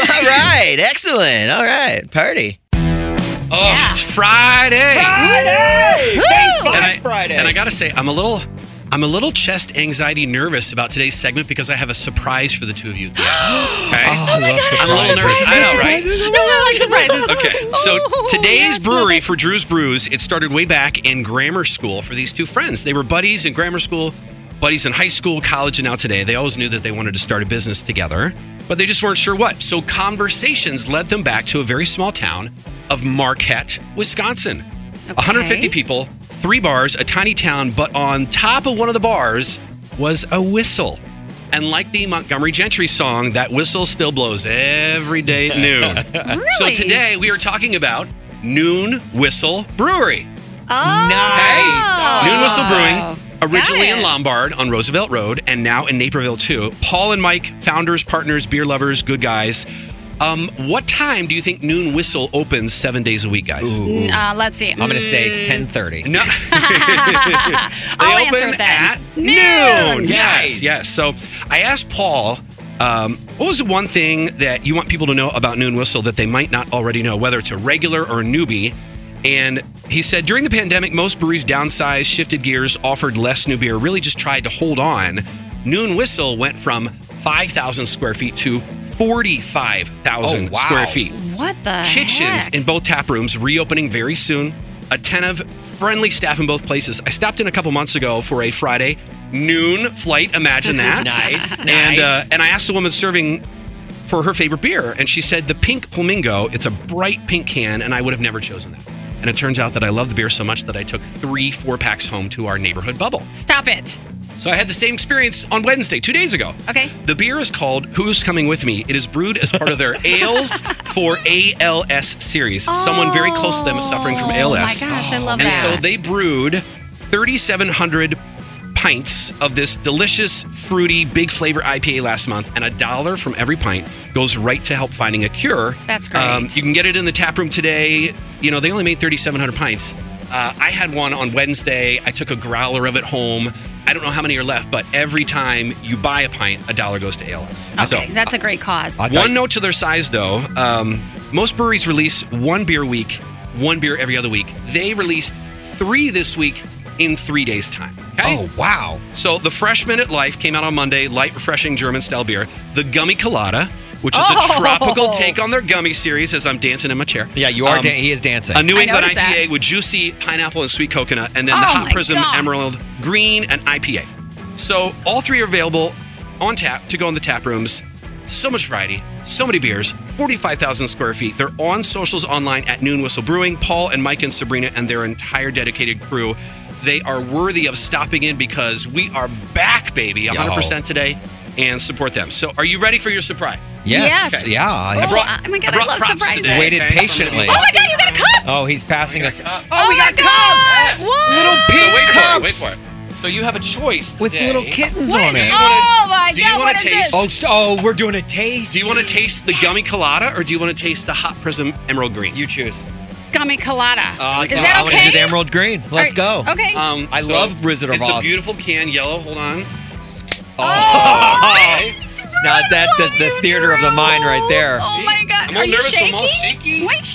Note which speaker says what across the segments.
Speaker 1: right. Excellent. All right. Party.
Speaker 2: Oh, it's Friday.
Speaker 3: Friday! Base
Speaker 2: And
Speaker 3: Five
Speaker 2: I-
Speaker 3: Friday.
Speaker 2: And I gotta say, I'm a little, I'm a little chest anxiety nervous about today's segment because I have a surprise for the two of you. okay.
Speaker 3: oh my God,
Speaker 2: I'm a little nervous. I know, right?
Speaker 4: No, I like Oh. surprises.
Speaker 2: Okay, so today's brewery for Drew's Brews, it started way back in grammar school for these two friends. They were buddies in grammar school, buddies in high school, college, and now today. They always knew that they wanted to start a business together, but they just weren't sure what. So conversations led them back to a very small town of Marquette, Wisconsin. 150 people, three bars, a tiny town, but on top of one of the bars was a whistle. And like the Montgomery Gentry song, that whistle still blows every day at noon.
Speaker 4: Really?
Speaker 2: So today we are talking about Noon Whistle Brewery.
Speaker 4: Oh.
Speaker 3: Nice.
Speaker 2: Noon Whistle Brewing, originally
Speaker 4: Got
Speaker 2: in
Speaker 4: it.
Speaker 2: Lombard on Roosevelt Road and now in Naperville too. Paul and Mike, founders, partners, beer lovers, good guys. Um, what time do you think Noon Whistle opens seven days a week, guys?
Speaker 4: Uh, let's see. Mm.
Speaker 3: I'm gonna say 10:30.
Speaker 2: No.
Speaker 4: I'll
Speaker 2: they
Speaker 4: answer
Speaker 2: open
Speaker 4: it then.
Speaker 2: at
Speaker 4: Noon.
Speaker 2: noon. Yes,
Speaker 3: Nice.
Speaker 2: yes. So I asked Paul, um, what was the one thing that you want people to know about Noon Whistle that they might not already know, whether it's a regular or a newbie? And he said during the pandemic, most breweries downsized, shifted gears, offered less new beer, really just tried to hold on. Noon Whistle went from 5,000 square feet to 45,000
Speaker 3: Oh, wow.
Speaker 2: square feet
Speaker 4: What the
Speaker 2: kitchens
Speaker 4: heck?
Speaker 2: in both tap rooms reopening very soon. Attentive, friendly staff in both places. I stopped in a couple months ago for a Friday noon flight. Imagine that.
Speaker 3: Nice,
Speaker 2: And uh,
Speaker 3: nice.
Speaker 2: and I asked the woman serving for her favorite beer, and she said the Pink Flamingo. It's a bright pink can, and I would have never chosen that. And it turns out that I love the beer so much that I took three four packs home to our neighborhood bubble.
Speaker 4: Stop it.
Speaker 2: So I had the same experience on Wednesday, two days ago.
Speaker 4: Okay.
Speaker 2: The beer is called Who's Coming With Me. It is brewed as part of their Ales for ALS series. Someone very close to them is suffering from
Speaker 4: Oh,
Speaker 2: ALS.
Speaker 4: my gosh, I love
Speaker 2: and
Speaker 4: that.
Speaker 2: so they brewed 3,700 pints of this delicious, fruity, big flavor IPA last month, and a dollar from every pint goes right to help finding a cure. Um,
Speaker 4: That's great.
Speaker 2: you can get it in the tap room today. You know, they only made 3,700 pints. Uh, I had one on Wednesday. I took a growler of it home. I don't know how many are left, but every time you buy a pint, a dollar goes to ALS.
Speaker 4: Okay,
Speaker 2: So,
Speaker 4: that's a great cause.
Speaker 3: I thought-
Speaker 2: one note to their size, though. Um, most breweries release one beer a week, one beer every other week. They released three this week in three days' time. Okay?
Speaker 3: Oh wow.
Speaker 2: So the Freshman at Life came out on Monday, light, refreshing German style beer. The Gummy Colada, which is
Speaker 4: Oh.
Speaker 2: a tropical take on their gummy series, as I'm dancing in my chair.
Speaker 3: Yeah, you are.
Speaker 2: Um,
Speaker 3: dan- he is dancing.
Speaker 2: a New
Speaker 4: I
Speaker 2: England IPA
Speaker 4: noticed that.
Speaker 2: with juicy pineapple and sweet coconut, and then
Speaker 4: Oh
Speaker 2: the
Speaker 4: my
Speaker 2: Hot Prism
Speaker 4: God.
Speaker 2: Emerald Green and IPA. So all three are available on tap to go in the tap rooms. So much variety, so many beers, 45,000 square feet. They're on socials online at Noon Whistle Brewing. Paul and Mike and Sabrina and their entire dedicated crew. They are worthy of stopping in because we are back, baby, 100% today, and support them. So, are you ready for your surprise?
Speaker 3: yes.
Speaker 4: Yes.
Speaker 3: Yeah. I-
Speaker 4: Oh,
Speaker 2: brought-
Speaker 4: oh my God,
Speaker 2: I
Speaker 4: I
Speaker 2: brought
Speaker 4: love
Speaker 2: props
Speaker 4: surprises.
Speaker 2: today,
Speaker 3: Waited
Speaker 2: okay? So I'm gonna be
Speaker 3: patiently.
Speaker 4: Oh my God, you got a cup.
Speaker 3: Oh, he's passing us.
Speaker 4: Oh, we
Speaker 3: my
Speaker 4: Oh, got cups. What?
Speaker 3: Little
Speaker 2: So
Speaker 3: pink
Speaker 2: wait for
Speaker 3: cups
Speaker 2: it. Wait for it. So you have a choice
Speaker 3: with
Speaker 2: today.
Speaker 3: little kittens
Speaker 4: What
Speaker 3: on
Speaker 4: is-
Speaker 3: it.
Speaker 4: oh my
Speaker 2: do you
Speaker 4: God,
Speaker 2: wanna
Speaker 4: what is
Speaker 2: taste-
Speaker 4: this?
Speaker 3: Oh, st- oh, we're doing a taste.
Speaker 2: Do you want to taste the gummy colada or do you want to taste the hot prism emerald green?
Speaker 3: You choose.
Speaker 4: Gummy colada.
Speaker 3: Uh,
Speaker 4: is that
Speaker 3: I
Speaker 4: okay?
Speaker 3: want to do the emerald green. Let's
Speaker 4: All
Speaker 3: go. Uh,
Speaker 4: right, Okay.
Speaker 2: um,
Speaker 3: I love Wizard of
Speaker 2: it's
Speaker 3: Oz.
Speaker 2: a beautiful can, yellow. Hold on.
Speaker 3: Oh.
Speaker 4: Oh,
Speaker 3: now that the, the
Speaker 4: Drew,
Speaker 3: theater of the mind right there.
Speaker 4: Oh my God.
Speaker 2: I'm all
Speaker 4: Are you
Speaker 2: nervous, I'm
Speaker 4: shaking?
Speaker 2: all shaky. Are you
Speaker 4: Why
Speaker 2: all right?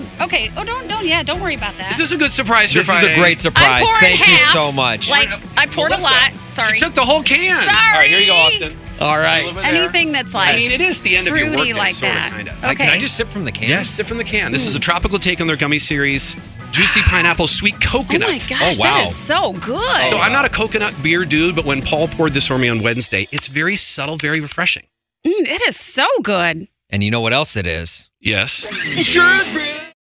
Speaker 4: shaking? Okay. Oh, don't, don't. Yeah, don't worry about that.
Speaker 2: Is this a good surprise for
Speaker 3: This is a
Speaker 2: Friday?
Speaker 3: great
Speaker 4: I
Speaker 3: surprise.
Speaker 4: poured
Speaker 3: Thank you
Speaker 4: half,
Speaker 3: so much.
Speaker 4: Like I poured a
Speaker 2: Melissa,
Speaker 4: lot. Sorry.
Speaker 2: She took the whole can.
Speaker 4: Sorry.
Speaker 2: All right, here you go, Austin.
Speaker 3: All right.
Speaker 2: Over there.
Speaker 4: Anything that's like.
Speaker 2: I mean, it is the end of your workday,
Speaker 4: fruity like
Speaker 2: sorta,
Speaker 4: that.
Speaker 2: kinda.
Speaker 4: Okay.
Speaker 3: I- Can I just sip from the can?
Speaker 2: Yes, sip from the can. This is a tropical take on their gummy series. Juicy pineapple, sweet
Speaker 4: Hmm. Oh
Speaker 2: coconut.
Speaker 4: my gosh,
Speaker 3: wow.
Speaker 4: that is so good.
Speaker 2: So I'm not a coconut beer dude, but when Paul poured this for me on Wednesday, it's very subtle, very refreshing.
Speaker 4: Mm, it is so good.
Speaker 3: And you know what else it is?
Speaker 2: Yes.
Speaker 3: Shrewsbury.